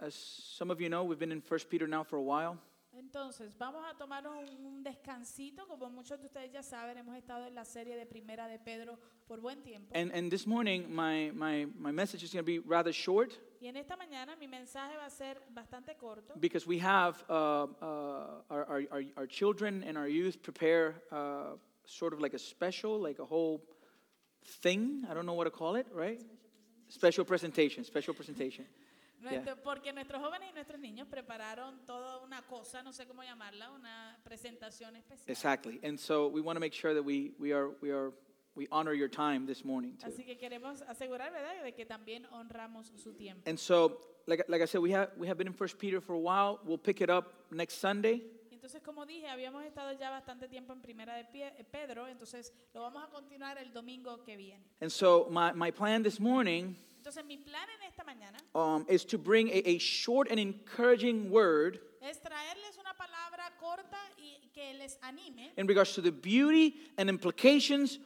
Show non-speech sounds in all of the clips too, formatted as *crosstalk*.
as some of you know, we've been in 1 Peter now for a while. Entonces, vamos a tomarnos un, un descansito. Como muchos de ustedes ya saben, hemos estado en la serie de Primera de Pedro por buen tiempo. And, and this morning, my, my, my message is going to be rather short Y en esta mañana mi mensaje va a ser bastante corto, because we have uh, uh, our, our, our, our children and our youth prepare uh, sort of like a special, like a whole thing. I don't know what to call it, right? Special presentation, special presentation. Nuestro- porque nuestros jóvenes y nuestros niños prepararon toda una cosa, no sé cómo llamarla, una presentación especial. Exactly. And so we want to make sure that we, we, are, we, are, we honor your time this morning, too. Así que queremos asegurar, ¿verdad?, de que también honramos su tiempo. And so, like, like I said, we have, we have been in First Peter for a while. We'll pick it up next Sunday. Y Entonces, como dije, habíamos estado ya bastante tiempo en Primera de Pie- eh, Pedro, entonces lo vamos a continuar el domingo que viene. And so, my, my plan this morning Entonces, mi plan en esta mañana um, is to bring a, a short and encouraging word es traerles una palabra corta y que les anime in regards to the beauty and implications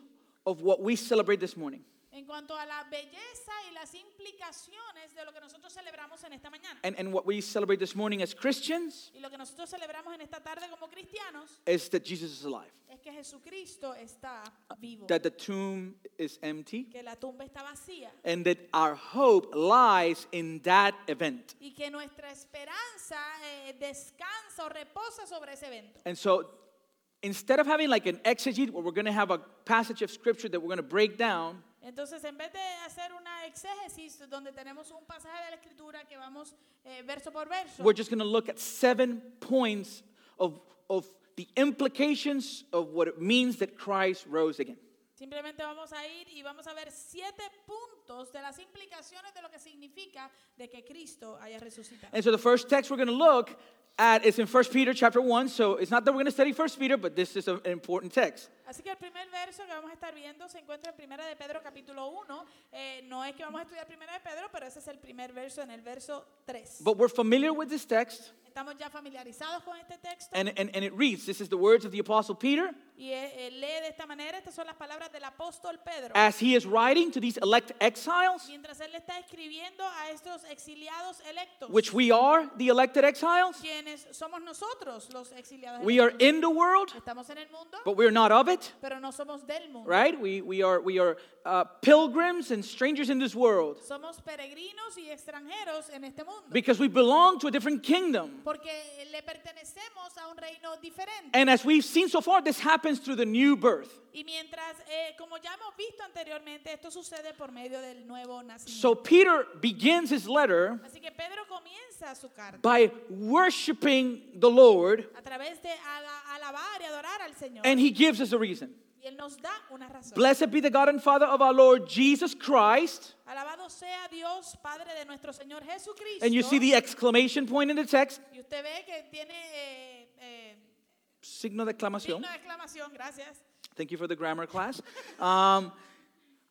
of what we celebrate this morning. en cuanto a la belleza y las implicaciones de lo que nosotros celebramos en esta mañana. And, and what we celebrate this morning as Christians Y lo que nosotros celebramos en esta tarde como cristianos is that Jesus is alive, es que Jesucristo está vivo, that the tomb is empty, que la tumba está vacía and that our hope lies in that event. y que nuestra esperanza eh, descansa o reposa sobre ese evento. And so instead of having like an exegete where we're going to have a passage of scripture that we're going to break down, Entonces, en vez de hacer una exégesis donde tenemos un pasaje de la escritura que vamos eh, verso por verso, we're just going to look at seven points of, of the implications of what it means that Christ rose again. simplemente vamos a ir y vamos a ver siete puntos de las implicaciones de lo que significa de que Cristo haya resucitado. And so the first text we're going to look at is in 1 Peter chapter 1. So it's not that we're going to study 1 Peter, but this is an important text. Así que el primer verso que vamos a estar viendo se encuentra en Primera de Pedro capítulo 1. Eh, no es que vamos a estudiar Primera de Pedro, pero ese es el primer verso en el verso 3. But we're familiar with this text, Estamos ya familiarizados con este texto and, and, and it reads this is the words of the Apostle Peter y eh, eh, lee de esta manera, estas son las palabras del apóstol Pedro. as he is writing to these elect exiles, Mientras él le está escribiendo a estos exiliados electos, which we are the elected exiles. quienes somos nosotros los exiliados We are electos. in the world, Estamos en el mundo, but we're not of it, pero no somos del mundo. right? We, we are, we are uh, pilgrims and strangers in this world Somos peregrinos y extranjeros en este mundo. because we belong to a different kingdom. porque le pertenecemos a un reino diferente. And as we've seen so far, this happens through the new birth. Y mientras, eh, como ya hemos visto anteriormente, esto sucede por medio del nuevo nacimiento. So Peter begins his letter Así que Pedro comienza su carta by worshiping the Lord, a través de ala- alabar y adorar al Señor. and he gives us a reason. y Él nos da una razón. Blessed be the God and Father of our Lord Jesus Christ. Alabado sea Dios, Padre de nuestro Señor Jesucristo. And you see the exclamation point in the text, y usted ve que tiene eh, eh, signo de exclamación. signo de exclamación, gracias. Thank you for the grammar class. Um,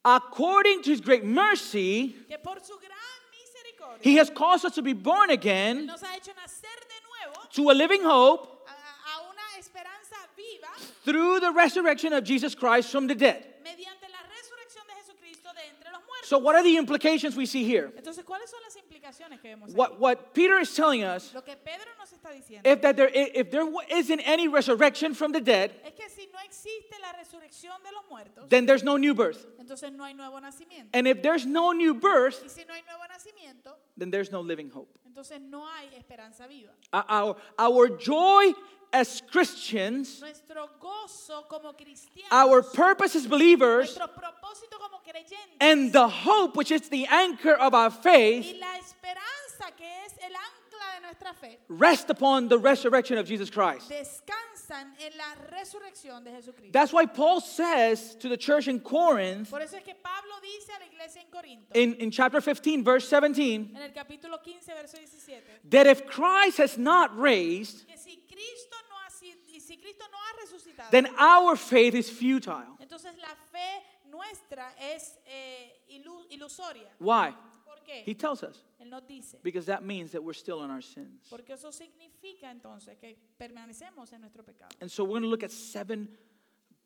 according to his great mercy, Que por su gran misericordia he has caused us to be born Él again nos ha hecho nacer de nuevo to a living hope a- a una esperanza viva through the resurrection of Jesus Christ from the dead. mediante la resurrección de Jesucristo de entre los muertos. So, what are the implications we see here? Entonces, ¿cuáles son las implicaciones que vemos? What, Eh, aquí? what Peter is telling us Lo que Pedro nos está diciendo if that there, i- if there wa- isn't any resurrection from the dead, es que si no existe la resurrección de los muertos, then there's no new birth. entonces no hay nuevo nacimiento. And if there's no new birth, Y si no hay nuevo nacimiento, then there's no living hope. entonces no hay esperanza viva. Our- Our, our joy as Christians, Nuestro gozo como cristianos, our purpose as believers, nuestro propósito como creyentes and the hope which is the anchor of our y faith la esperanza que es el ancla de nuestra fe rest upon the resurrection of Jesus Christ. descansan en la resurrección de Jesucristo. That's why Paul says to the church in Corinth Por eso es que Pablo dice a la iglesia en Corinto, in, in chapter 15, verse 17, en el capítulo 15, verso 17, that if Christ has not raised, que si Cristo no ha, sido- y si Cristo no ha resucitado, then our faith is futile. entonces la fe nuestra es eh, ilu- ilusoria. Why? ¿Por qué? He tells us. Él nos dice, Because that means that we're still in our sins. porque eso significa entonces que permanecemos en nuestro pecado. And so we're going to look at seven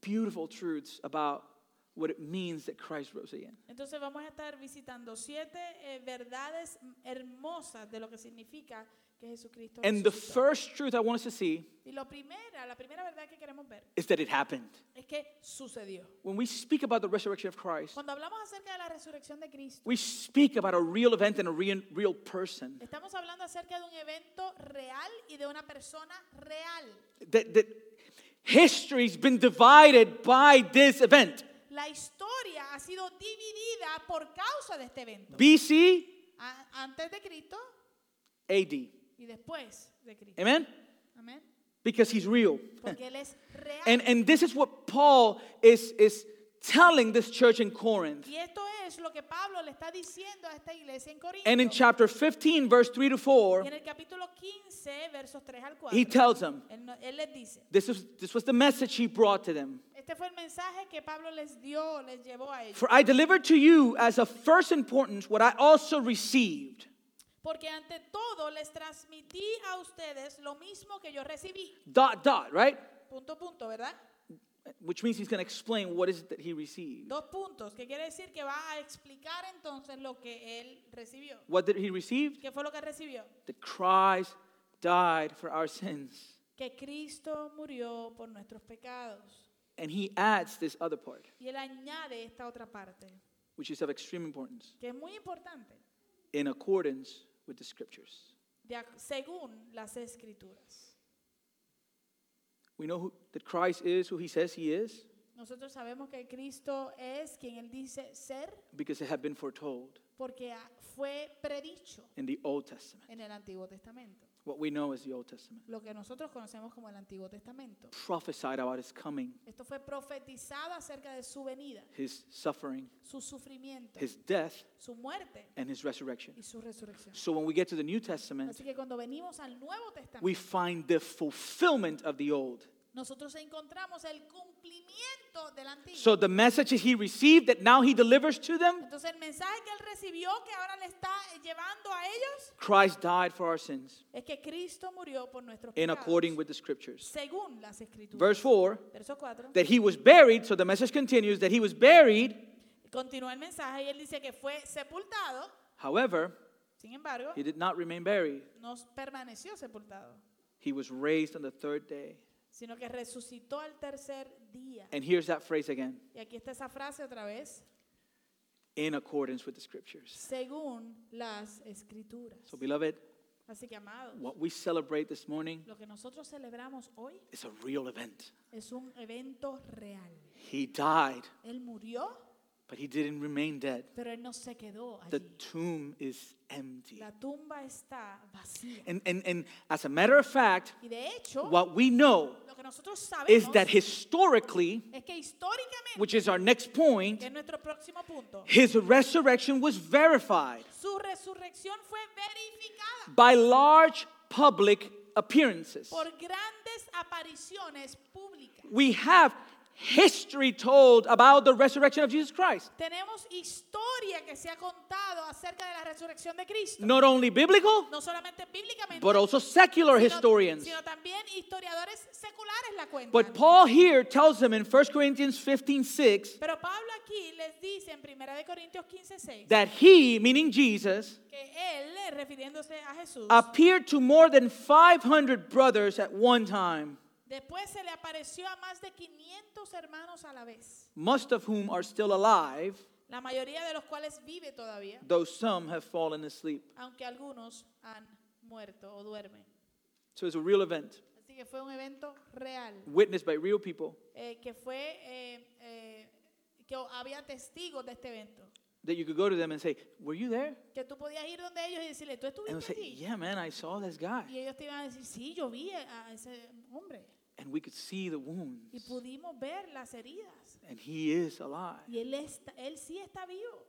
beautiful truths about what it means that Christ rose again. Entonces vamos a estar visitando siete eh, verdades hermosas de lo que significa que Jesucristo And the resucitó. first truth I want us to see Y lo primera, la primera verdad que queremos ver is that it happened. es que sucedió. When we speak about the resurrection of Christ, Cuando hablamos acerca de la resurrección de Cristo, we speak about a real event and a real, real person estamos hablando acerca de un evento real y de una persona real. that, that history's been divided by this event. La historia ha sido dividida por causa de este evento. BC, A- antes de Cristo AD. y después de Cristo. Amen? Amén. Because he's real. Porque Él es real. And, and this is what Paul is, is telling this church in Corinth. y esto es lo que Pablo le está diciendo a esta iglesia en Corinto. And in chapter 15, verse 3 to 4, y en el capítulo 15, versos 3 al 4, he tells them él, no- él les dice, this, is, this was the message he brought to them. este fue el mensaje que Pablo les dio, les llevó a ellos. For I delivered to you as of first importance what I also received Porque ante todo les transmití a ustedes lo mismo que yo recibí. dot dot right Punto, punto, ¿verdad? which means he's going to explain what is it that he received Dos puntos, que quiere decir que va a explicar entonces lo que él recibió. what did he receive ¿Qué fue lo que recibió? that christ died for our sins Que Cristo murió por nuestros pecados. and he adds this other part Y él añade esta otra parte, which is of extreme importance que es muy importante, in accordance with the scriptures de ac- según las escrituras. we know who, that christ is who he says he is Nosotros sabemos que Cristo es quien él dice ser because it had been foretold porque a- fue predicho in the old testament en el Antiguo Testamento. what we know is the old testament Lo que nosotros conocemos como el Antiguo Testamento. prophesied about his coming Esto fue profetizado acerca de su venida, his suffering su sufrimiento, his death su muerte and his resurrection y su resurrección. So when we get to the New Testament, Así que cuando venimos al Nuevo Testamento, we find the fulfillment of the old. nosotros encontramos el cumplimiento del Antiguo. So the message that he received that now he delivers to them, Entonces el mensaje que él recibió, que ahora le está eh, llevando a ellos, Christ died for our sins es que Cristo murió por nuestros in pecados. according with the scriptures. según las escrituras. Verse 4 Verso 4. that he was buried, so the message continues that he was buried. Continúa el mensaje y él dice que fue sepultado, However, sin embargo, he did not remain buried. no permaneció sepultado, He was raised on the third day. sino que resucitó al tercer día. And here's that phrase again Y aquí está esa frase otra vez, in accordance with the scriptures. según las escrituras. So, beloved, Así que, amados, what we celebrate this morning lo que nosotros celebramos hoy is a real event. es un evento real. He died, Él murió, but he didn't remain dead. pero él no se quedó The allí. tomb is empty. La tumba está vacía. And, and, and as a matter of fact, Y de hecho, what we know lo que nosotros is sabemos that historically, es que históricamente, which is our next point, que es nuestro próximo punto, his resurrection was verified su resurrección fue verificada by large public appearances. por grandes apariciones públicas. We have history told about the resurrection of Jesus Christ, Tenemos historia que se ha contado acerca de la resurrección de Cristo, not only biblical, no solamente bíblicamente, but also secular sino- historians. sino también historiadores seculares la cuentan. But Paul here tells them in 1 Corinthians 15 6 Pero Pablo aquí les dice en 1 de Corintios 15, 6, that he, meaning Jesus, que él, eh, refiriéndose a Jesús, appeared to more than 500 brothers at one time, después se le apareció a más de 500 hermanos a la vez, most of whom are still alive, la mayoría de los cuales vive todavía, though some have fallen asleep. aunque algunos han muerto o duermen. So it's a real event Así que fue un evento real, witnessed by real people eh, que fue, eh, eh, que había testigos de este evento, that you could go to them and say, Were you there? que tú podías ir donde ellos y decirle, tú And they'll estuviste say, aquí. Yeah, man, I saw this guy. Y ellos te iban a decir, sí, yo vi a a ese hombre. And we could see the wounds. Y pudimos ver las heridas. And he is alive. Y él, está, él sí está vivo.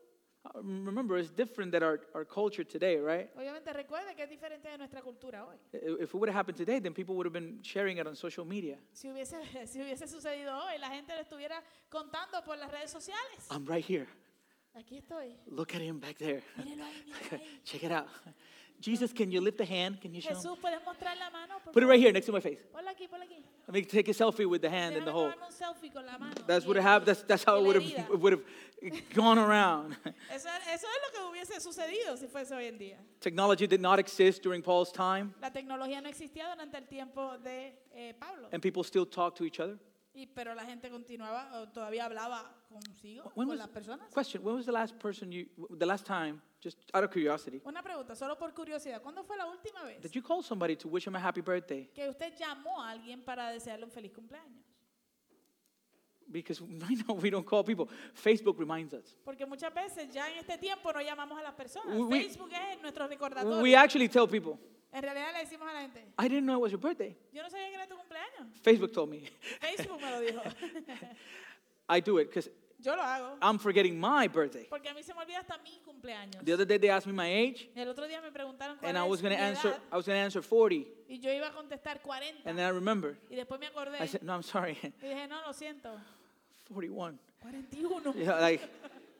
Uh, Remember, it's different than our, our culture today, right? Obviamente recuerda que es diferente de nuestra cultura hoy. I- If it would have happened today, then people would have been sharing it on social media. Si hubiese, *laughs* si hubiese sucedido hoy, la gente lo estuviera contando por las redes sociales. I'm right here. Aquí estoy. Look at him back there. Mírenlo ahí, mírenlo ahí. Check it out. Jesus, can you lift the hand? Can you show? 'em? Jesús, ¿puedes mostrar la mano? por Put it favor? right here next to my face. Ponla aquí, ponla aquí. Let me take a selfie with the hand and Déjame the whole. tomarme un selfie con la mano. That's y what el- it happened. That's, that's how y it la would herida. *laughs* have would have gone around. Eso, eso es lo que hubiese sucedido si fuese hoy en día. Technology did not exist during Paul's time, La tecnología no existía durante el tiempo de eh, Pablo, and people still talk to each other. y, pero la gente continuaba, o todavía hablaba consigo, When was- con las personas. Question: When was the last person you, the last time, just out of curiosity, Una pregunta, solo por curiosidad, ¿cuándo fue la última vez did you call somebody to wish him a happy birthday? que usted llamó a alguien para desearle un feliz cumpleaños? Because *laughs* right now we don't call people. Facebook reminds us. Porque muchas veces ya en este tiempo no llamamos a las personas. We- we- Facebook es nuestro recordatorio. We actually tell people, en realidad le decimos a la gente, "I didn't know it was your birthday." yo no sabía que era tu cumpleaños. Facebook told me. *laughs* Facebook me lo dijo. I do it because yo lo hago. I'm forgetting my birthday. Porque a mí se me olvida hasta mi cumpleaños. The other day they asked me my age, El otro día me preguntaron cuál and I es was mi gonna answer. edad, I was gonna answer 40, y yo iba a contestar 40 and then I remembered. y después me acordé I said, "No, I'm sorry, *laughs* y dije, no, lo siento, 41." 41. *laughs* Yeah, like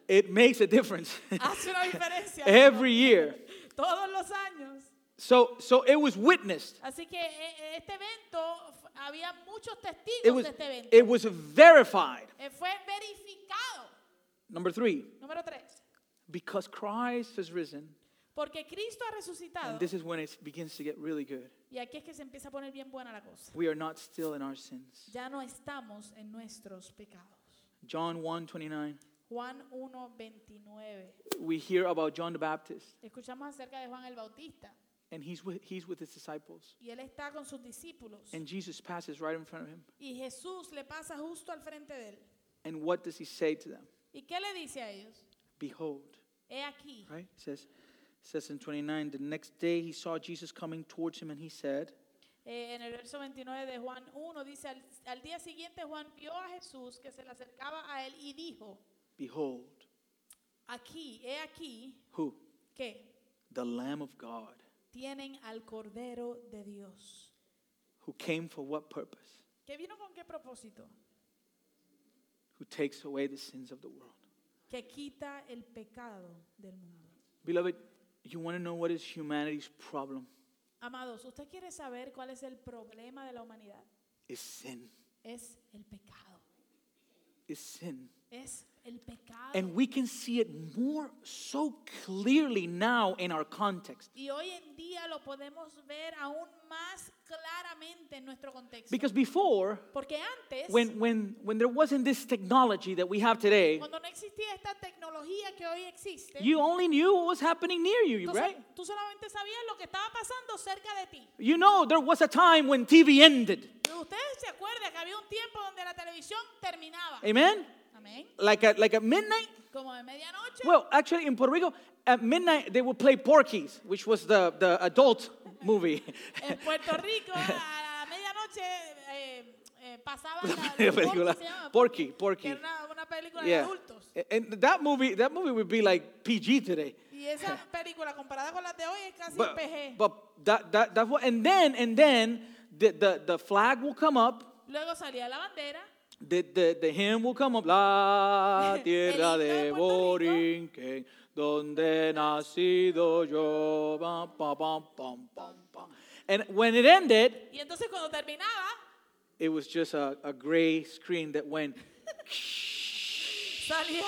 it makes a difference *laughs* Hace una diferencia every year. *laughs* todos los años. So, so it was witnessed. Así que eh, eh, este evento, f- había muchos testigos It was, de este evento. it was verified. Eh, fue verificado. Number three, Número 3. because Christ has risen, Porque Cristo ha resucitado. and this is when it begins to get really good. Y aquí es que se empieza a poner bien buena la cosa. We are not still in our sins. Ya no estamos en nuestros pecados. John 1:29. Juan 1.29. We hear about John the Baptist, Escuchamos acerca de Juan el Bautista. and he's with, he's with his disciples, Y él está con sus discípulos. and Jesus passes right in front of him. Y Jesús le pasa justo al frente de él. And what does he say to them? ¿Y qué le dice a ellos? Behold, He aquí. right? It says, it says in 29, the next day he saw Jesus coming towards him, and he said, Eh, en el verso 29 de Juan 1 dice, al, al día siguiente Juan vio a Jesús que se le acercaba a él y dijo, Behold, aquí, he aquí, who? que The Lamb of God, tienen al Cordero de Dios. who came for what purpose? ¿Qué vino con qué propósito? Who takes away the sins of the world. Que quita el pecado del mundo. Beloved, you want to know what is humanity's problem? Amados, ¿usted quiere saber cuál es el problema de la humanidad? Is sin. Es el pecado. Is sin. Es el pecado. And we can see it more so clearly now in our context. Y hoy en día lo podemos ver aún más claramente en nuestro contexto. Because before, Porque antes, when, when, when there wasn't this technology that we have today, cuando no existía esta tecnología que hoy existe, you only knew what was happening near tú, you, so- right? tú solamente sabías lo que estaba pasando cerca de ti. You know, there was a time when TV ended. Ustedes se acuerdan que había un tiempo donde la televisión terminaba. Amen? Amén. Like at, like at midnight? Como de medianoche. Well, actually, in Puerto Rico, at midnight, they would play Porky's, which was the, the adult *laughs* movie. en Puerto Rico, a la medianoche, eh, eh, *laughs* pasaba la, La película. ¿cómo se llama? Porky, Porky. Que era una, una película de yeah. adultos. And that movie, that movie would be like PG today. Y *laughs* esa película comparada con las de hoy es casi But, PG. but that, that, that's what, and then, and then the, the, the flag will come up. Luego salía la bandera. The, the, the hymn will come up. La *laughs* El tierra himno de de Puerto Rico. Borinquen, donde nacido yo. Pam, pam, pam, pam, pam, pam. And when it ended, Y entonces cuando terminaba, it was just a, a gray screen that went. salía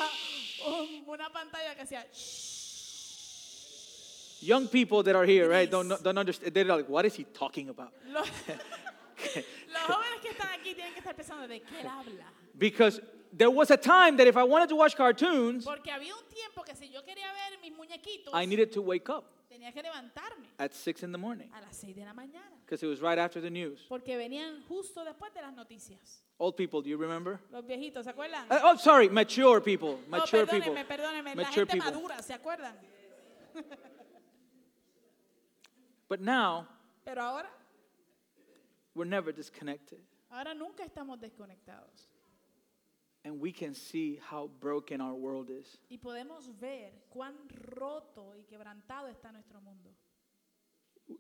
un- una pantalla que hacía... "Shh". Young people that are here, right, don't, Gris. don't understand. They're like, what is he talking about? *laughs* Los, *laughs* los jóvenes que están aquí tienen que estar pensando de qué él habla. Because there was a time that if I wanted to watch cartoons, Porque había un tiempo que si yo quería ver mis muñequitos, I needed to wake up tenía que levantarme at six in the morning a las 6 de la mañana. because it was right after the news. Porque venían justo después de las noticias. Old people, do you remember? Los viejitos, ¿se acuerdan? Uh, oh, sorry, mature people. No, Mature people. perdónenme, perdónenme. Oh, La Mature gente people. madura, ¿se acuerdan? But now, Pero ahora, we're never disconnected. ahora nunca estamos desconectados. And we can see how broken our world is. Y podemos ver cuán roto y quebrantado está nuestro mundo.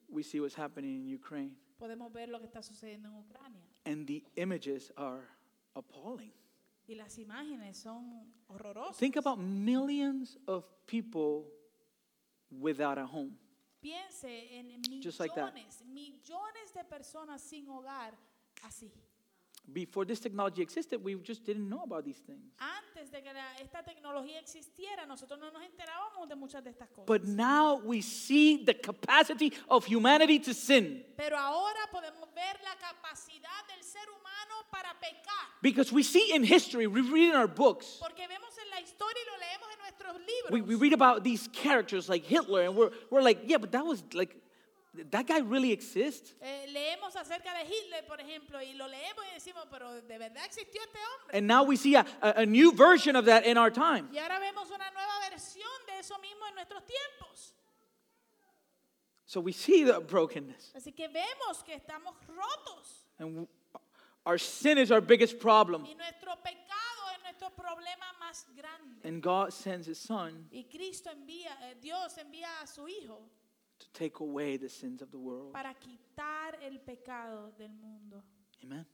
We see what's happening in Ukraine. Podemos ver lo que está sucediendo en Ucrania. And the images are appalling. Y las imágenes son horrorosas. Think about millions of people without a home. Piense en Just like that. millones, millones de personas sin hogar así. Before this technology existed, we just didn't know about these things. Antes de que la- esta tecnología existiera, nosotros no nos enterábamos de muchas de estas cosas. But now we see the capacity of humanity to sin Pero ahora podemos ver la capacidad del ser humano para pecar. because we see in history, we read in our books, Porque vemos en la historia y lo leemos en nuestros we, libros. we read about these characters like Hitler, and we're, we're like, yeah, but that was like, that guy really exists? Eh, leemos acerca de Hitler, por ejemplo, y lo leemos y decimos, pero ¿de verdad existió este hombre? And now we see a, a, a new version of that in our time. Y ahora vemos una nueva versión de eso mismo en nuestros tiempos. So we see the brokenness. Así que vemos que estamos rotos And w- our sin is our biggest problem. y nuestro pecado es nuestro problema más grande. And God sends his son Y Cristo envía, eh, Dios envía a su Hijo to take away the sins of the world. para quitar el pecado del mundo. Amen.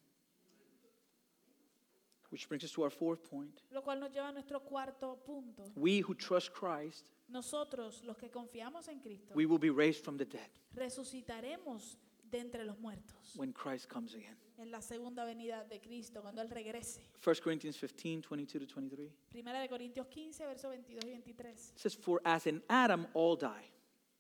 Which brings us to our fourth point. Lo cual nos lleva a nuestro cuarto punto. We who trust Christ, Nosotros, los que confiamos en Cristo, we will be raised from the dead resucitaremos de entre los muertos when Christ comes again. en la segunda venida de Cristo, cuando Él regrese. 1 Corinthians 15, 22 to 23. It Primera de Corintios 15, versos 22 y 23. says, For as in Adam all die.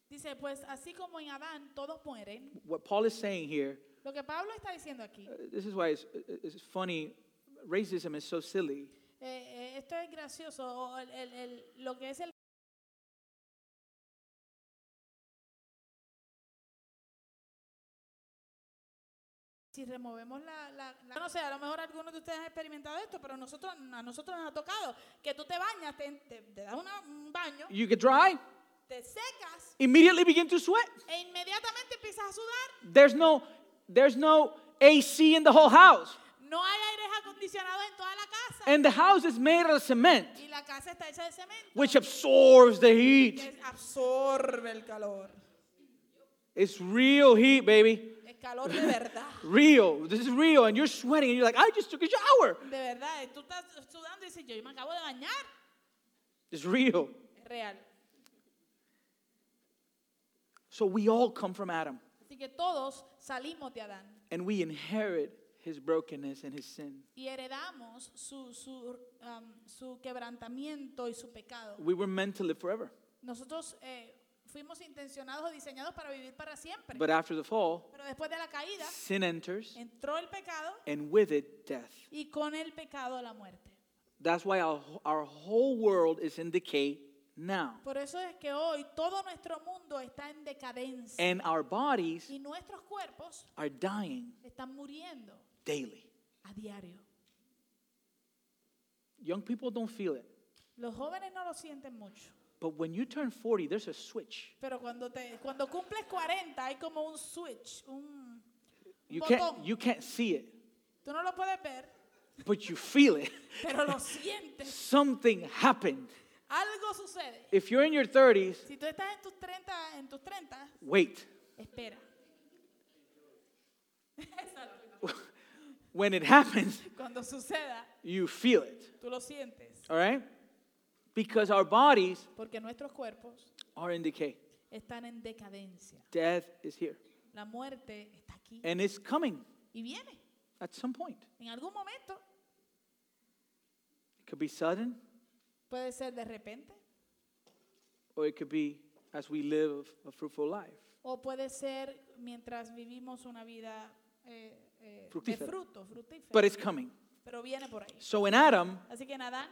Dice, pues así como en Adán todos mueren, What Paul is saying here, lo que Pablo está diciendo aquí, uh, this is why it's, it's funny. Racism is so silly. eh, eh, esto es gracioso, o el- el- el- lo que es el... Si removemos la, la- la- No sé, a lo mejor algunos de ustedes han experimentado esto, pero nosotros, a nosotros nos ha tocado que tú te bañas, te, te- te das una- un baño, You get dry, te secas immediately begin to sweat. e inmediatamente empiezas a sudar. There's no, there's no AC in the whole house. No hay aires acondicionados en toda la casa And the house is made out of cement, y la casa está hecha de cemento. which absorbs the heat. que absorbe el calor. It's real heat, baby. El calor de verdad. Real. This is real. And you're sweating and you're like, I just took a shower. De verdad. eh, Tú estás sudando y dices, yo me acabo de bañar. It's real. Es real. So we all come from Adam Así que todos salimos de Adán and we inherit his brokenness and his sin. y heredamos su, su, um, su quebrantamiento y su pecado. We were meant to live forever. Nosotros eh, fuimos intencionados o diseñados para vivir para siempre. But after the fall, Pero después de la caída, sin enters entró el pecado and with it, death. y con el pecado la muerte. That's why our, our whole world is in decay now. Por eso es que hoy todo nuestro mundo está en decadencia And our bodies y nuestros cuerpos are dying están muriendo daily. a diario. Young people don't feel it. Los jóvenes no lo sienten mucho, But when you turn 40, there's a switch. pero cuando te cuando cumples 40 hay como un switch, un You Botón. can't, you can't see it, tú no lo puedes ver, but you feel it. *laughs* pero lo sientes. Something happened. Algo sucede. If you're in your 30s, Si tú estás en tus 30, en tus 30, wait. espera. *laughs* Exacto. When it *laughs* happens, cuando suceda, you feel it, tú lo sientes, all right? Because our bodies porque nuestros cuerpos are in decay. están en decadencia. Death is here, La muerte está aquí and it's coming y viene at some point. en algún momento. It could be sudden, Puede ser de repente or it could be as we live a fruitful life. O puede ser mientras vivimos una vida eh, eh, de Fructífera. fruto, fructífera. But it's coming. pero viene por ahí. So in Adam, Así que en Adán,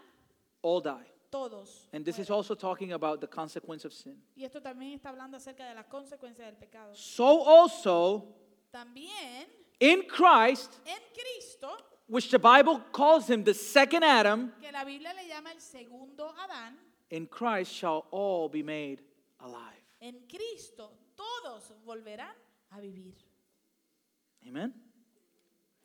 all die. todos. And this is mueren. also talking about the consequence of sin. y esto también está hablando acerca de las consecuencias del pecado. So also También in Christ, en Cristo, which the Bible calls him the second Adam, que la Biblia le llama el segundo Adán, in Christ shall all be made alive. en Cristo todos volverán a vivir. Amen.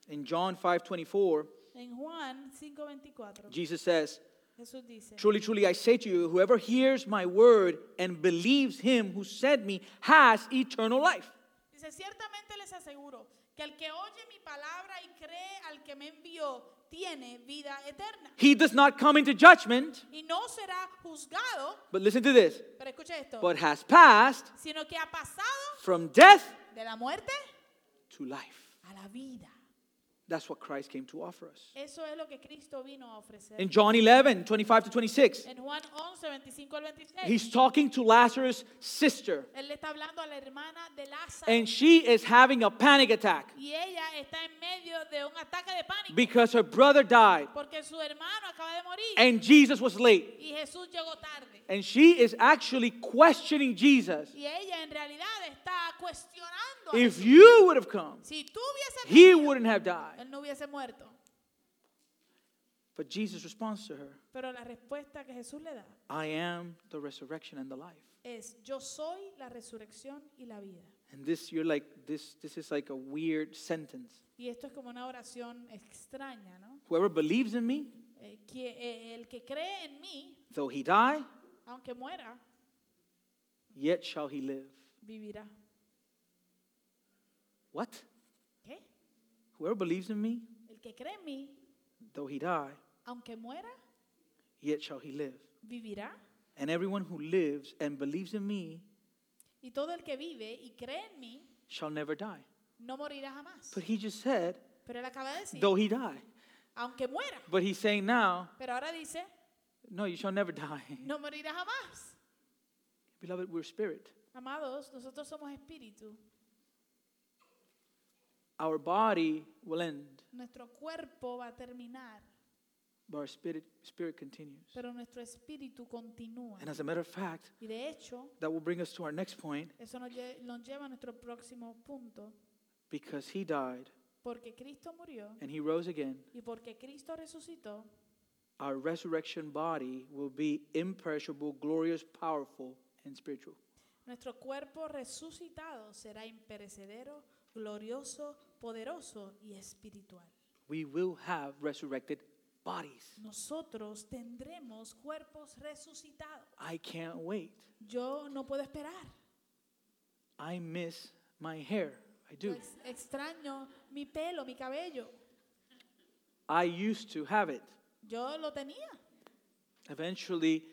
In John 5:24, En Juan 5:24, Jesus says, Jesús dice, "Truly, truly I say to you, whoever hears my word and believes him who sent me has eternal life." Dice, ciertamente les aseguro que al que oye mi palabra y cree al que me envió, tiene vida eterna He does not come into judgment, y no será juzgado, but listen to this, pero escucha esto, but has passed sino que ha pasado from death de la muerte to life. a la vida. That's what Christ came to offer us. Eso es lo que Cristo vino a ofrecer. In John 11, 25 to 26, En Juan 11, 25 al 26, he's talking to Lazarus' sister, él le está hablando a la hermana de Lázaro and she is having a panic attack y ella está en medio de un ataque de pánico because her brother died porque su hermano acaba de morir and Jesus was late. y Jesús llegó tarde. And she is actually questioning Jesus. Y ella en realidad está cuestionando. a If Jesús. you would have come, si tú hubieses he venido, wouldn't have died. él no hubiese muerto. But Jesus responds to her, Pero la respuesta que Jesús le da I am the resurrection and the life. es, yo soy la resurrección y la vida. And this you're like this this is like a weird sentence. Y esto es como una oración extraña, ¿no? Whoever believes in me, Eh, que, eh, el que cree en mí, though he die, aunque muera, yet shall he live. vivirá. What? ¿Qué? Whoever believes in me, El que cree en mí, though he die, aunque muera, yet shall he live. vivirá. And everyone who lives and believes in me Y todo el que vive y cree en mí, shall never die. no morirá jamás. But he just said, Pero él acaba de decir, though he die. aunque muera. But he's saying now, Pero ahora dice, no, you shall never *laughs* die. no morirá jamás. Beloved, we're spirit. Amados, nosotros somos espíritu. Our body will end, Nuestro cuerpo va a terminar, but our spirit spirit continues. pero nuestro espíritu continúa. And as a matter of fact, Y de hecho, that will bring us to our next point eso nos, lle- nos lleva a nuestro próximo punto, because he died porque Cristo murió and he rose again. y porque Cristo resucitó, Our resurrection body will be imperishable, glorious, powerful, and spiritual. nuestro cuerpo resucitado será imperecedero, glorioso, poderoso y espiritual. We will have resurrected bodies. Nosotros tendremos cuerpos resucitados. I can't wait. Yo no puedo esperar. I miss my hair. I Yo do. ex- extraño mi pelo, mi cabello. I used to have it. Yo lo tenía. Eventually,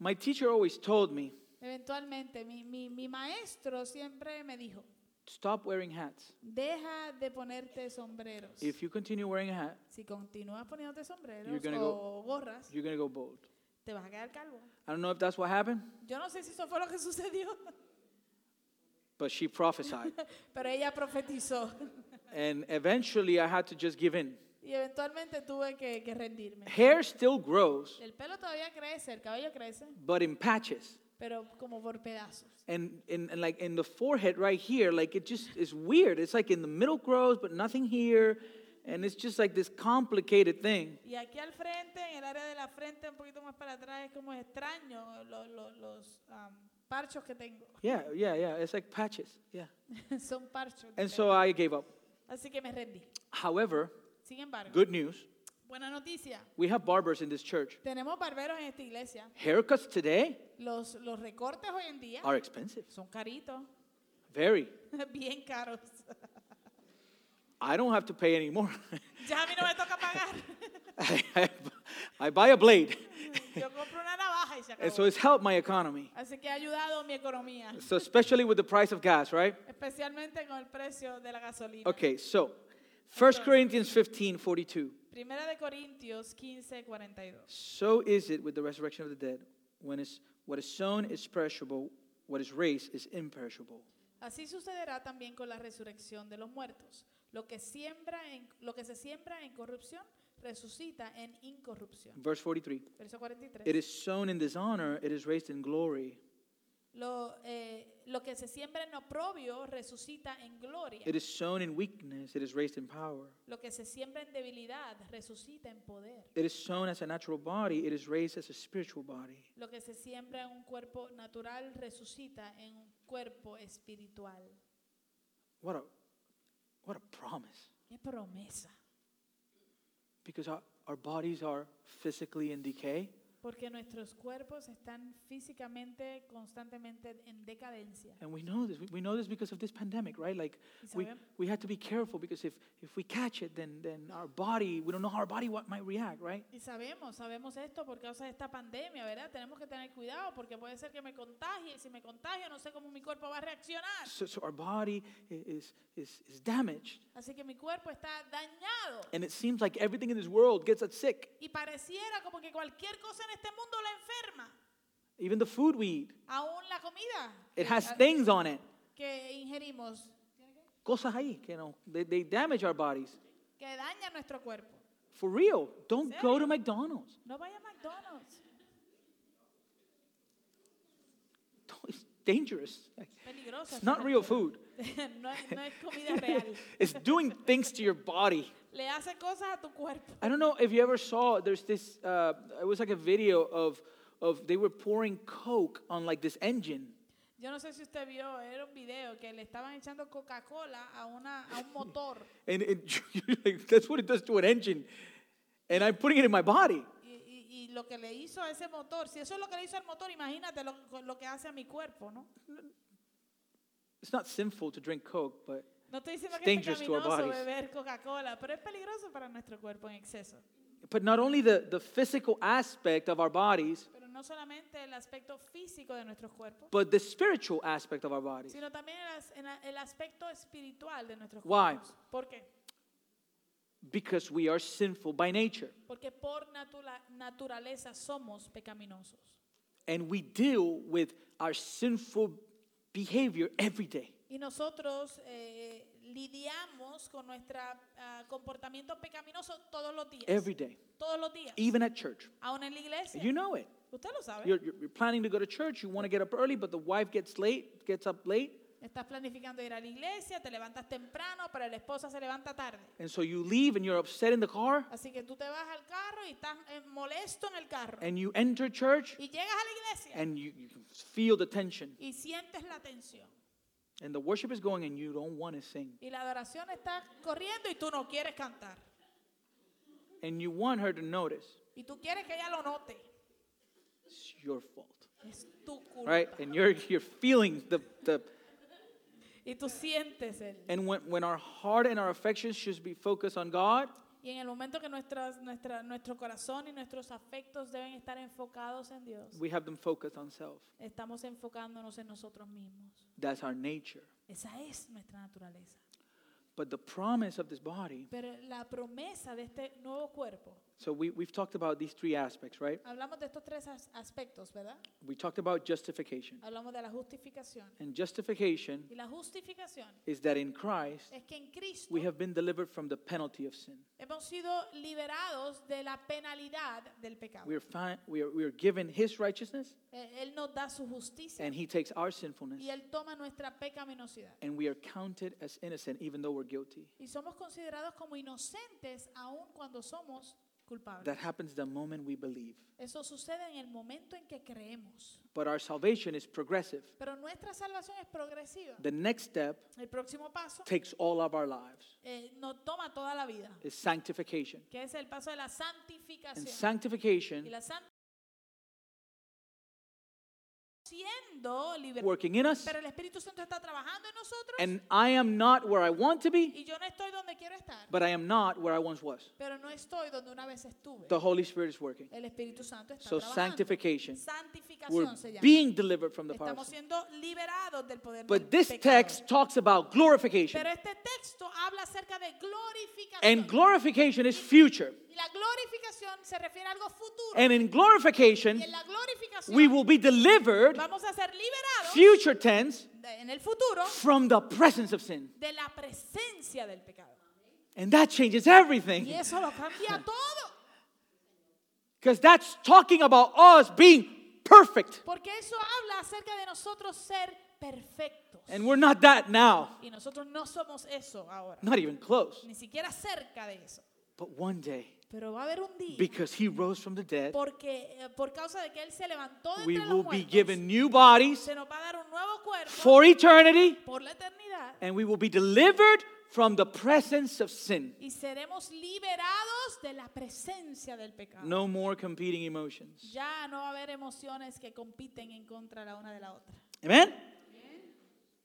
my teacher always told me Eventualmente, mi, mi, mi maestro siempre me dijo, stop wearing hats. deja de ponerte sombreros. If you continue wearing a hat, si continúas poniéndote You're sombreros gonna o gorras, you're going to go bald. te vas a quedar calvo. I don't know if that's what happened, Yo no sé si eso fue lo que *laughs* sucedió, but she prophesied. pero ella profetizó and eventually, I had to just give in. y eventualmente tuve que, que rendirme. Hair still grows, El pelo todavía crece, el cabello crece, but in patches. pero como por pedazos. And, and, and like in the forehead right here, like it just is weird. It's like in the middle grows, but nothing here. And it's just like this complicated thing. Y aquí al frente, en el área de la frente, un poquito más para atrás, es como extraño lo- lo- los am, parchos que tengo. *laughs* Yeah, yeah, yeah. It's like patches. Yeah. Son parchos. de And pelo. so I gave up. Así que me rendí. However, Sin embargo, good news buena noticia. we have barbers in this church. Tenemos barberos en esta iglesia. Haircuts today Los, los recortes hoy en día are expensive. son caritos, *laughs* Very. bien caros. I don't have to pay anymore. *laughs* Ya a mí no me toca pagar. I, I, I buy a blade. Yo compro una navaja y se And so acabó. it's helped my economy. Así que ha ayudado mi economía, So, especially with the price of gas, right? especialmente con el precio de la gasolina. Okay, so 1 Corinthians 15 42. Primera de Corintios 15, 42. So is it with the resurrection of the dead. When is, what is sown is perishable, what is raised is imperishable. Así sucederá también con la resurrección de los muertos. Lo que, siembra en, lo que se siembra en corrupción resucita en incorrupción. Verse 43. Verso 43. It is sown in dishonor, it is raised in glory. Lo, eh, lo que se siembra en oprobio resucita en gloria. It is sown in weakness, it is raised in power. Lo que se siembra en debilidad resucita en poder. It is sown as a natural body, it is raised as a spiritual body. Lo que se siembra en un cuerpo natural resucita en un cuerpo espiritual. What a, what a promise. Qué promesa. Because our, our bodies are physically in decay, Porque nuestros cuerpos están físicamente constantemente en decadencia. And we know this. We- We know this because of this pandemic, right? Like Y we, sabe- we have to be careful because if, if we catch it, then, then our body, we don't know how our body what might react, right? Y sabemos, sabemos esto por causa de esta pandemia, ¿verdad? Tenemos que tener cuidado porque puede ser que me contagie y si me contagio no sé cómo mi cuerpo va a reaccionar. So, so our body i- is, is, is damaged. Así que mi cuerpo está dañado And it seems like everything in this world gets us sick. y pareciera como que cualquier cosa en este mundo la enferma, Even the food we eat, aún la comida it has que, things on it. que ingerimos Cosas ahí, you know, they, they damage our bodies. que daña nuestro cuerpo. For real, don't go to McDonald's. *laughs* No vaya a McDonald's, Don't- It's dangerous. Like, peligroso. It's not real food. *laughs* no, es- no es comida real. It's doing things to your body. Le hace cosas a tu cuerpo. I don't know if you ever saw. There's this. Uh, it was like a video of of they were pouring Coke on like this engine, Yo no sé si usted vio, era un video que le estaban echando Coca-Cola a, una, a un motor and it, *laughs* like, that's what it does to an engine. And I'm putting it in my body. y, y- y lo que le hizo a ese motor, si eso es lo que le hizo al motor, imagínate lo, lo que hace a mi cuerpo, ¿no? It's not sinful to drink Coke, but No estoy diciendo It's que es dangerous to our pecaminoso bodies. beber Coca-Cola, pero es peligroso para nuestro cuerpo en exceso. but not only the the physical aspect of our bodies, Pero no solamente el aspecto físico de nuestros cuerpos, but the spiritual aspect of our bodies. sino también el, as- en a- el aspecto espiritual de nuestros Why? cuerpos. ¿Por qué? Because we are sinful by nature, Porque por natura- naturaleza somos pecaminosos. and we deal with our sinful behavior every day. Y nosotros eh, lidiamos con nuestro comportamiento pecaminoso todos los días. Every day, todos los días. even at church. Aún en la iglesia. You know it. Usted lo sabe. You're, you're, you're planning to go to church. You want to get up early, but the wife gets late, gets up late, Estás planificando ir a la iglesia, te levantas temprano, pero la esposa se levanta tarde. and so you leave and you're upset in the car, Así que tú te vas al carro y estás eh, molesto en el carro. and you enter church Y llegas a la iglesia and you, you feel the tension, y sientes la tensión. and the worship is going, and you don't want to sing, Y la adoración está corriendo y tú no quieres cantar. and you want her to notice Y tú quieres que ella lo note. it's your fault, Es tu culpa. right? And you're you're feeling the the. Y tú sientes el... And when when our heart and our affections should be focused on God, Y en el momento que nuestras, nuestra, nuestro corazón y nuestros afectos deben estar enfocados en Dios, we have them focused on self. estamos enfocándonos en nosotros mismos. That's our nature. Esa es nuestra naturaleza. But the promise of this body. Pero la promesa de este nuevo cuerpo, So we, we've talked about these three aspects, right? hablamos de estos tres as- aspectos, ¿verdad? We talked about justification. Hablamos de la justificación. And justification Y la justificación is that in Christ es que en Cristo we have been delivered from the penalty of sin. hemos sido liberados de la penalidad del pecado. We are, fi- we are, we are given His righteousness Eh, Él nos da su justicia and He takes our sinfulness y Él toma nuestra pecaminosidad. and we are counted as innocent even though we're guilty. Y somos considerados como inocentes aun cuando somos culpables. That happens the moment we believe. Eso sucede en el momento en que creemos. But our salvation is progressive. Pero nuestra salvación es progresiva. The next step El próximo paso takes all of our lives eh, nos toma toda la vida, is sanctification. que es el paso de la And santificación. Y sanctification la santificación siendo liberados. working in us Pero el Espíritu Santo está trabajando en nosotros and I am not where I want to be, y yo no estoy donde quiero estar, but I am not where I once was. pero no estoy donde una vez estuve. The Holy Spirit is working. El Espíritu Santo está So trabajando. sanctification we're Santificación se llama. being delivered from the power of Estamos sin. siendo liberados del poder del But this pecado. text talks about glorification. Pero este texto habla acerca de glorificación. And glorification is future. y la glorificación se refiere a algo futuro. And in y glorification, en la glorificación we will be delivered, vamos a ser liberados future tense, de- en el futuro from the presence of sin. de la presencia del pecado. And that changes Y everything. eso *laughs* lo cambia todo. Because that's talking about us being perfect. Porque eso habla acerca de nosotros ser perfectos. And we're not that now, y nosotros no somos eso ahora. not even close. Ni siquiera cerca de eso. But one day, Pero va a haber un día. because he rose from the dead, porque eh, por causa de que él se levantó de we entre will los be muertos, given new bodies se nos va a dar un nuevo cuerpo for eternity. por la eternidad and we will be delivered from the presence of sin. y seremos liberados de la presencia del pecado. No more competing emotions. Ya no va a haber emociones que compiten en contra la una de la otra. Amen?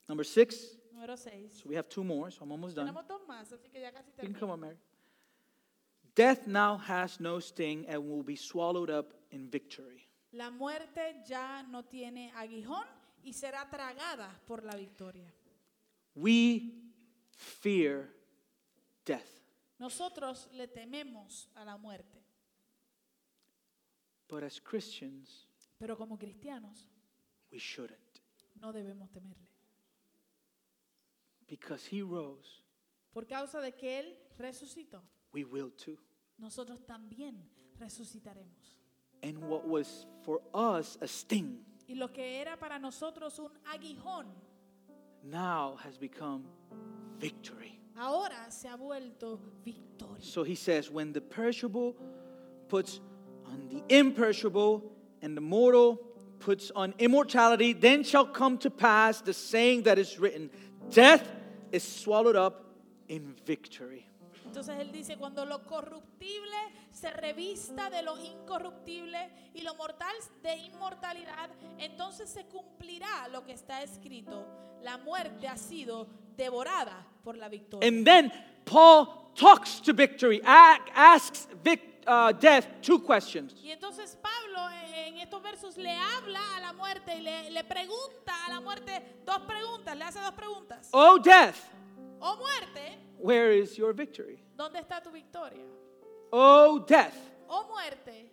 Number six. Número 6. So we have two more, so I'm almost done. Tenemos dos más, así que ya casi You can terminamos. come on, Mary. Death now has no sting and will be swallowed up in victory. La muerte ya no tiene aguijón y será tragada por la victoria. We fear death, Nosotros le tememos a la muerte, but as Christians, pero como cristianos we shouldn't no debemos temerle. because he rose. Por causa de que Él resucitó, We will too. nosotros también resucitaremos. And what was for us a sting Y lo que era para nosotros un aguijón, now has become victory. ahora se ha vuelto victoria. So he says, when the perishable puts on the imperishable and the mortal puts on immortality, then shall come to pass the saying that is written Death is swallowed up in victory. Entonces él dice, cuando lo corruptible se revista de lo incorruptible y lo mortal de inmortalidad, entonces se cumplirá lo que está escrito. La muerte ha sido devorada por la victoria. And then Paul talks to victory, a- asks vic- uh, death two questions y entonces Pablo eh, en estos versos le habla a la muerte y le, le pregunta a la muerte dos preguntas, le hace dos preguntas. Oh, death, Oh muerte, where is your victory? ¿dónde está tu victoria? Oh, death, Oh muerte,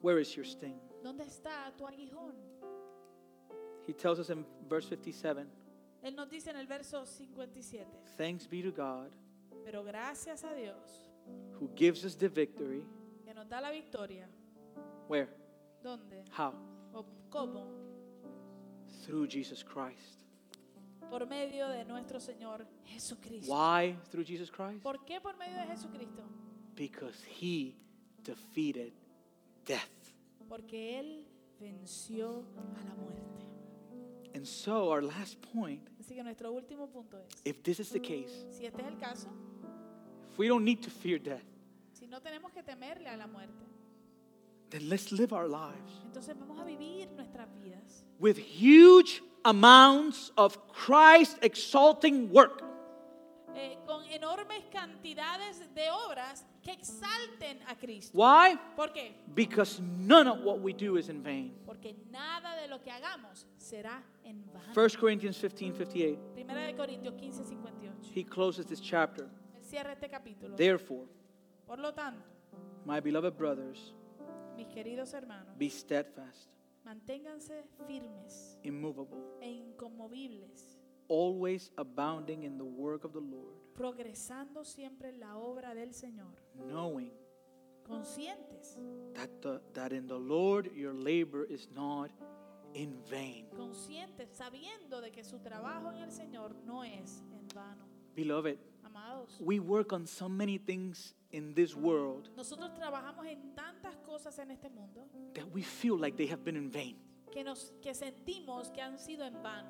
where is your sting? ¿dónde está tu aguijón? He tells us in verse 57 Él nos dice en el verso 57. Thanks be to God Pero gracias a Dios who gives us the victory. que nos da la victoria. Where? ¿Dónde? How? ¿O cómo? Through Jesus Christ. Por medio de nuestro Señor Jesucristo. Why through Jesus Christ? ¿Por qué por medio de Jesucristo? Because he defeated death. Porque Él venció a la muerte. And so, our last point Así que nuestro último punto es, if this is the case, si este es el caso, if we don't need to fear death, si no tenemos que temerle a la muerte, then let's live our lives entonces vamos a vivir nuestras vidas with huge amounts of Christ exalting work. eh, con enormes cantidades de obras que exalten a Cristo. Why? ¿Por qué? Because none of what we do is in vain. Porque nada de lo que hagamos será en vano. 1 Corinthians 15 58, Primera de Corintios 15, 58. he closes this chapter. Él cierra este capítulo. Therefore, Por lo tanto, my beloved brothers, mis queridos hermanos, be steadfast, manténganse firmes immovable. e inconmovibles, always abounding in the work of the Lord, progresando siempre en la obra del Señor, knowing conscientes, that, the, that in the Lord your labor is not in vain. conscientes, sabiendo de que su trabajo en el Señor no es en vano. Beloved, Amados, we work on so many things in this world nosotros trabajamos en tantas cosas en este mundo that we feel like they have been in vain. que, nos, que sentimos que han sido en vano.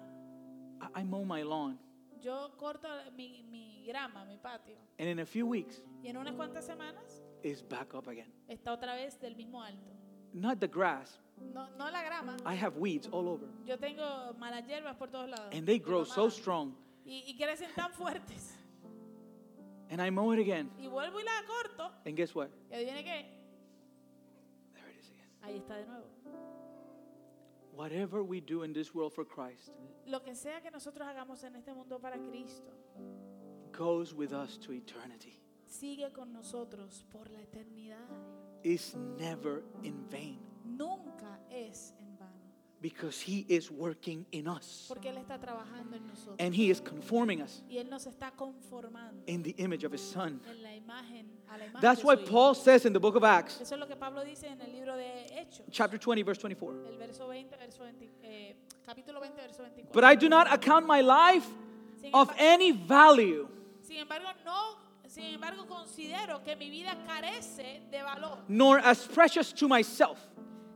I, I mow my lawn, Yo corto mi, mi grama, mi patio, and in a few weeks, y en unas cuantas semanas it's back up again. está otra vez del mismo alto. Not the grass, No, no la grama. I have weeds all over, Yo tengo malas hierbas por todos lados. and they grow so Mamadas. strong, Y, y crecen tan fuertes. and I mow it again, Y vuelvo y la corto. and guess what? Y adivine qué. There it is again. Ahí está de nuevo. Whatever we do in this world for Christ Lo que sea que nosotros hagamos en este mundo para Cristo, goes with us to eternity. sigue con nosotros por la eternidad. is never in vain Nunca es en vano. because he is working in us Porque Él está trabajando en nosotros. and he is conforming us y Él nos está conformando in the image of his son. en la imagen, a la imagen That's de why su Hijo. Paul says in the book of Acts, Eso es lo que Pablo dice en el libro de Hechos. chapter 20, verse 24. El verso 20, verso 20, eh, capítulo 20, verso 24. But I do not account my life Sin of emba- any value Sin embargo, no, sin embargo, considero que mi vida carece de valor, nor as precious to myself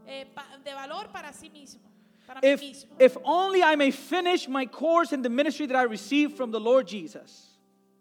eh, pa- de valor para sí mismo, para if, mí mismo, if only I may finish my course in the ministry that I received from the Lord Jesus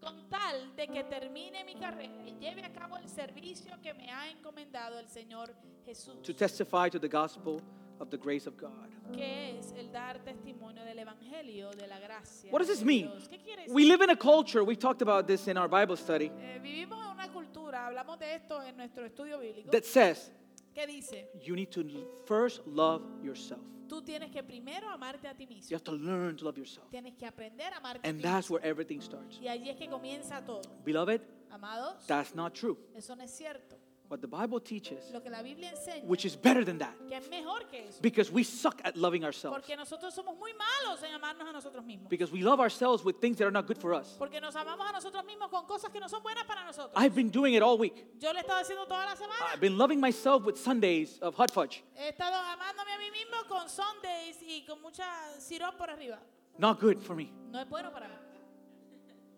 con tal de que termine mi carrera y lleve a cabo el servicio que me ha encomendado el Señor Jesús, to testify to the gospel of the grace of God. que es el dar testimonio del Evangelio de la gracia. What does this de mean? Dios. ¿Qué quiere We decir? live in a culture, we talked about this in our Bible study, Eh, vivimos en una cultura, hablamos de esto en nuestro estudio bíblico, that says que dice, you need to first love yourself. tú tienes que primero amarte a ti You mismo, have to learn to love yourself. tienes que aprender a amarte And a ti that's where everything starts. mismo. Y allí es que comienza todo. Beloved, Amados, that's not true. eso no es cierto. What the Bible teaches, Lo que la Biblia enseña, which is better than that, que es mejor que eso, because we suck at loving ourselves. porque nosotros somos muy malos en amarnos a nosotros mismos. Because we love ourselves with things that are not good for us. Porque nos amamos a nosotros mismos con cosas que no son buenas para nosotros. I've been doing it all week. Yo le he estado haciendo toda la semana. I've been loving myself with Sundays of hot fudge. He estado amándome a mí mismo con Sundays y con mucha sirop por arriba. Not good for me. No es bueno para mí.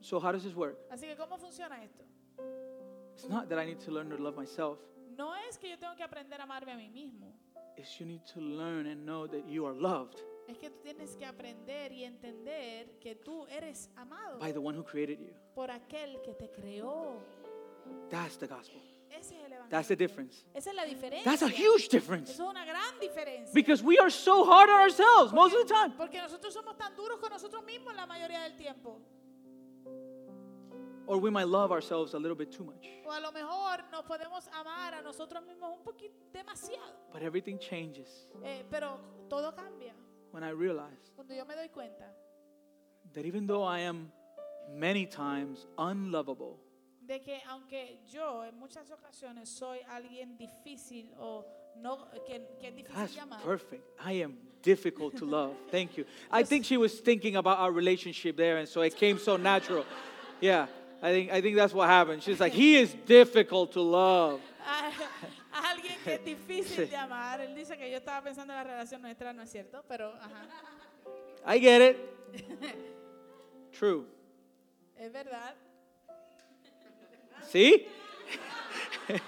So how does this work? Así que, ¿cómo funciona esto? It's not that I need to learn to love myself. No es que yo tengo que aprender a amarme a mí mismo. It's you need to learn and know that you are loved Es que tú tienes que aprender y entender que tú eres amado by the one who created you. por aquel que te creó. That's the gospel. Ese es el That's the evangelio. difference. Esa es la diferencia. That's a Eso huge difference. es una gran diferencia. Because we are so hard on ourselves most of the time. Porque nosotros somos tan duros con nosotros mismos la mayoría del tiempo. Or we might love ourselves a little bit too much. O a lo mejor nos podemos amar a nosotros mismos un poquito demasiado. But everything changes Eh, pero todo cambia when I realize cuando yo me doy cuenta that even though I am many times unlovable, de que aunque yo en muchas ocasiones soy alguien difícil o no que, que es difícil that's llamar, perfect. I am difficult to love. Thank you. I think she was thinking about our relationship there, and so it came so natural. Yeah, I think, I think that's what happened. She's like, he is difficult to love. a, a alguien que es difícil de amar, él dice que yo estaba pensando en la relación nuestra, no es cierto, pero ajá, I get it. True. es verdad. See? *laughs*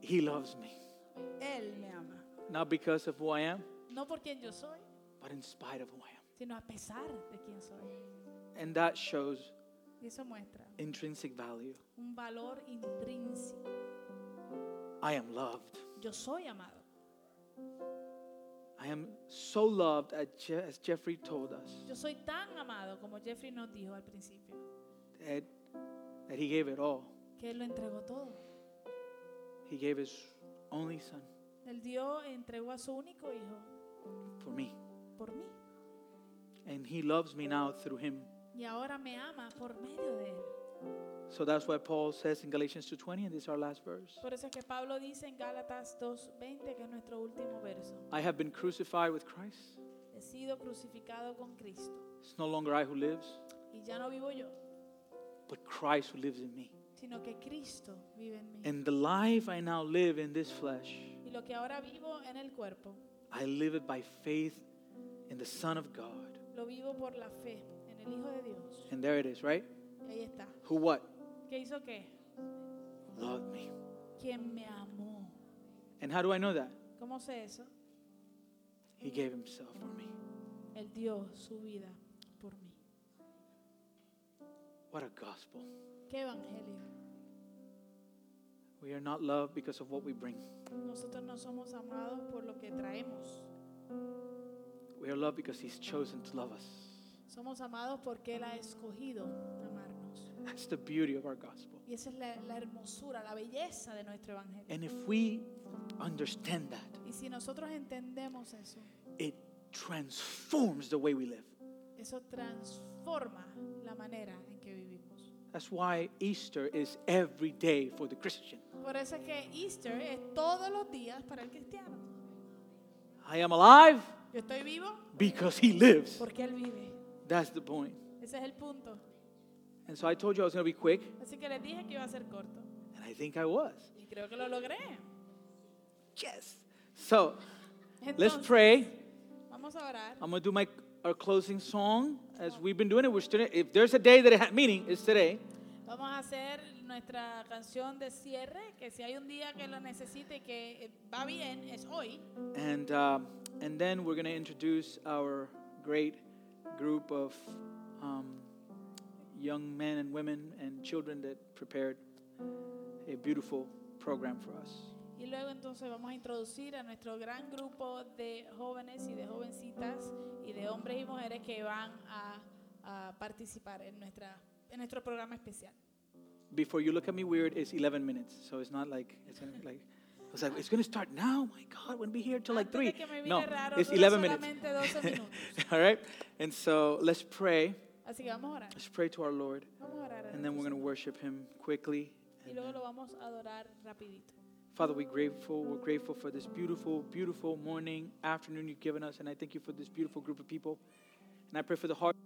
he loves me, Él me ama, not because of who I am, no por quien yo soy, but in spite of who I sino a pesar de quien soy. am. And that shows Y eso muestra intrinsic value. un valor intrínseco. I am loved. Yo soy amado. I am so loved, as Je- as Jeffrey told us, Yo soy tan amado como Jeffrey nos dijo al principio, that, that he gave it all. que él lo entregó todo. He gave his only son Él dio, entregó a su único hijo for me. por mí. And he loves me now through him. Y ahora me ama por medio de él. So that's why Paul says in Galatians 2.20, and this is our last verse. Por eso es que Pablo dice en Gálatas 2:20, que es nuestro último verso, I have been crucified with Christ. he sido crucificado con Cristo. It's no longer I who lives, Y ya no vivo yo, but Christ who lives in me. sino que Cristo vive en mí. And the life I now live in this flesh, Y lo que ahora vivo en el cuerpo, I live it by faith in the Son of God. lo vivo por la fe en el Hijo de Dios. And there it is, right? Ahí está. Who what? ¿Qué hizo qué? Loved me. Quien me amó. And how do I know that? ¿Cómo sé eso? He gave himself for me. Él dio su vida por mí. What a gospel. Qué evangelio. We are not loved because of what we bring. Nosotros no somos amados por lo que traemos. We are loved because he's chosen to love us. Somos amados porque Él ha escogido amarnos. That's the beauty of our gospel. Y esa es la, la hermosura, la belleza de nuestro evangelio. And if we understand that, Y si nosotros entendemos eso, it transforms the way we live. eso transforma la manera en que vivimos. That's why Easter is every day for the Christian. Por eso es que Easter es todos los días para el cristiano. I am alive Yo estoy vivo because he lives. porque Él vive. That's the point. Ese es el punto. And so I told you I was going to be quick, Así que les dije que iba a ser corto. and I think I was. Y creo que lo logré. Yes. So let's Entonces, pray. Vamos a orar. I'm going to do my our closing song as we've been doing it. We're still if there's a day that it had meaning, it's today. Vamos a hacer nue- nuestra canción de cierre, que si hay un día que lo necesite y que eh, va bien, es hoy. And, um, and then we're going to introduce our great group of um, young men and women and children that prepared a beautiful program for us. Y luego entonces vamos a introducir a nuestro gran grupo de jóvenes y de jovencitas y de hombres y mujeres que van a, a participar en, nuestra, en nuestro programa especial. Before you look at me weird, it's 11 minutes, so it's not like it's gonna, like. I was like, it's going to start now. My God, we'll be here till like Antes de *laughs* three. *laughs* que me mire No, raro, it's dura 11 minutes. solamente 12 minutos. All right, and so let's pray. Así que vamos *laughs* a orar. Let's pray to our Lord, Vamos a orar. a and then we're nuestro going to worship Him quickly. Señor. y luego lo vamos a adorar rapidito. Father, we're grateful. We're grateful for this beautiful, beautiful morning, afternoon you've given us. And I thank you for this beautiful group of people. And I pray for the heart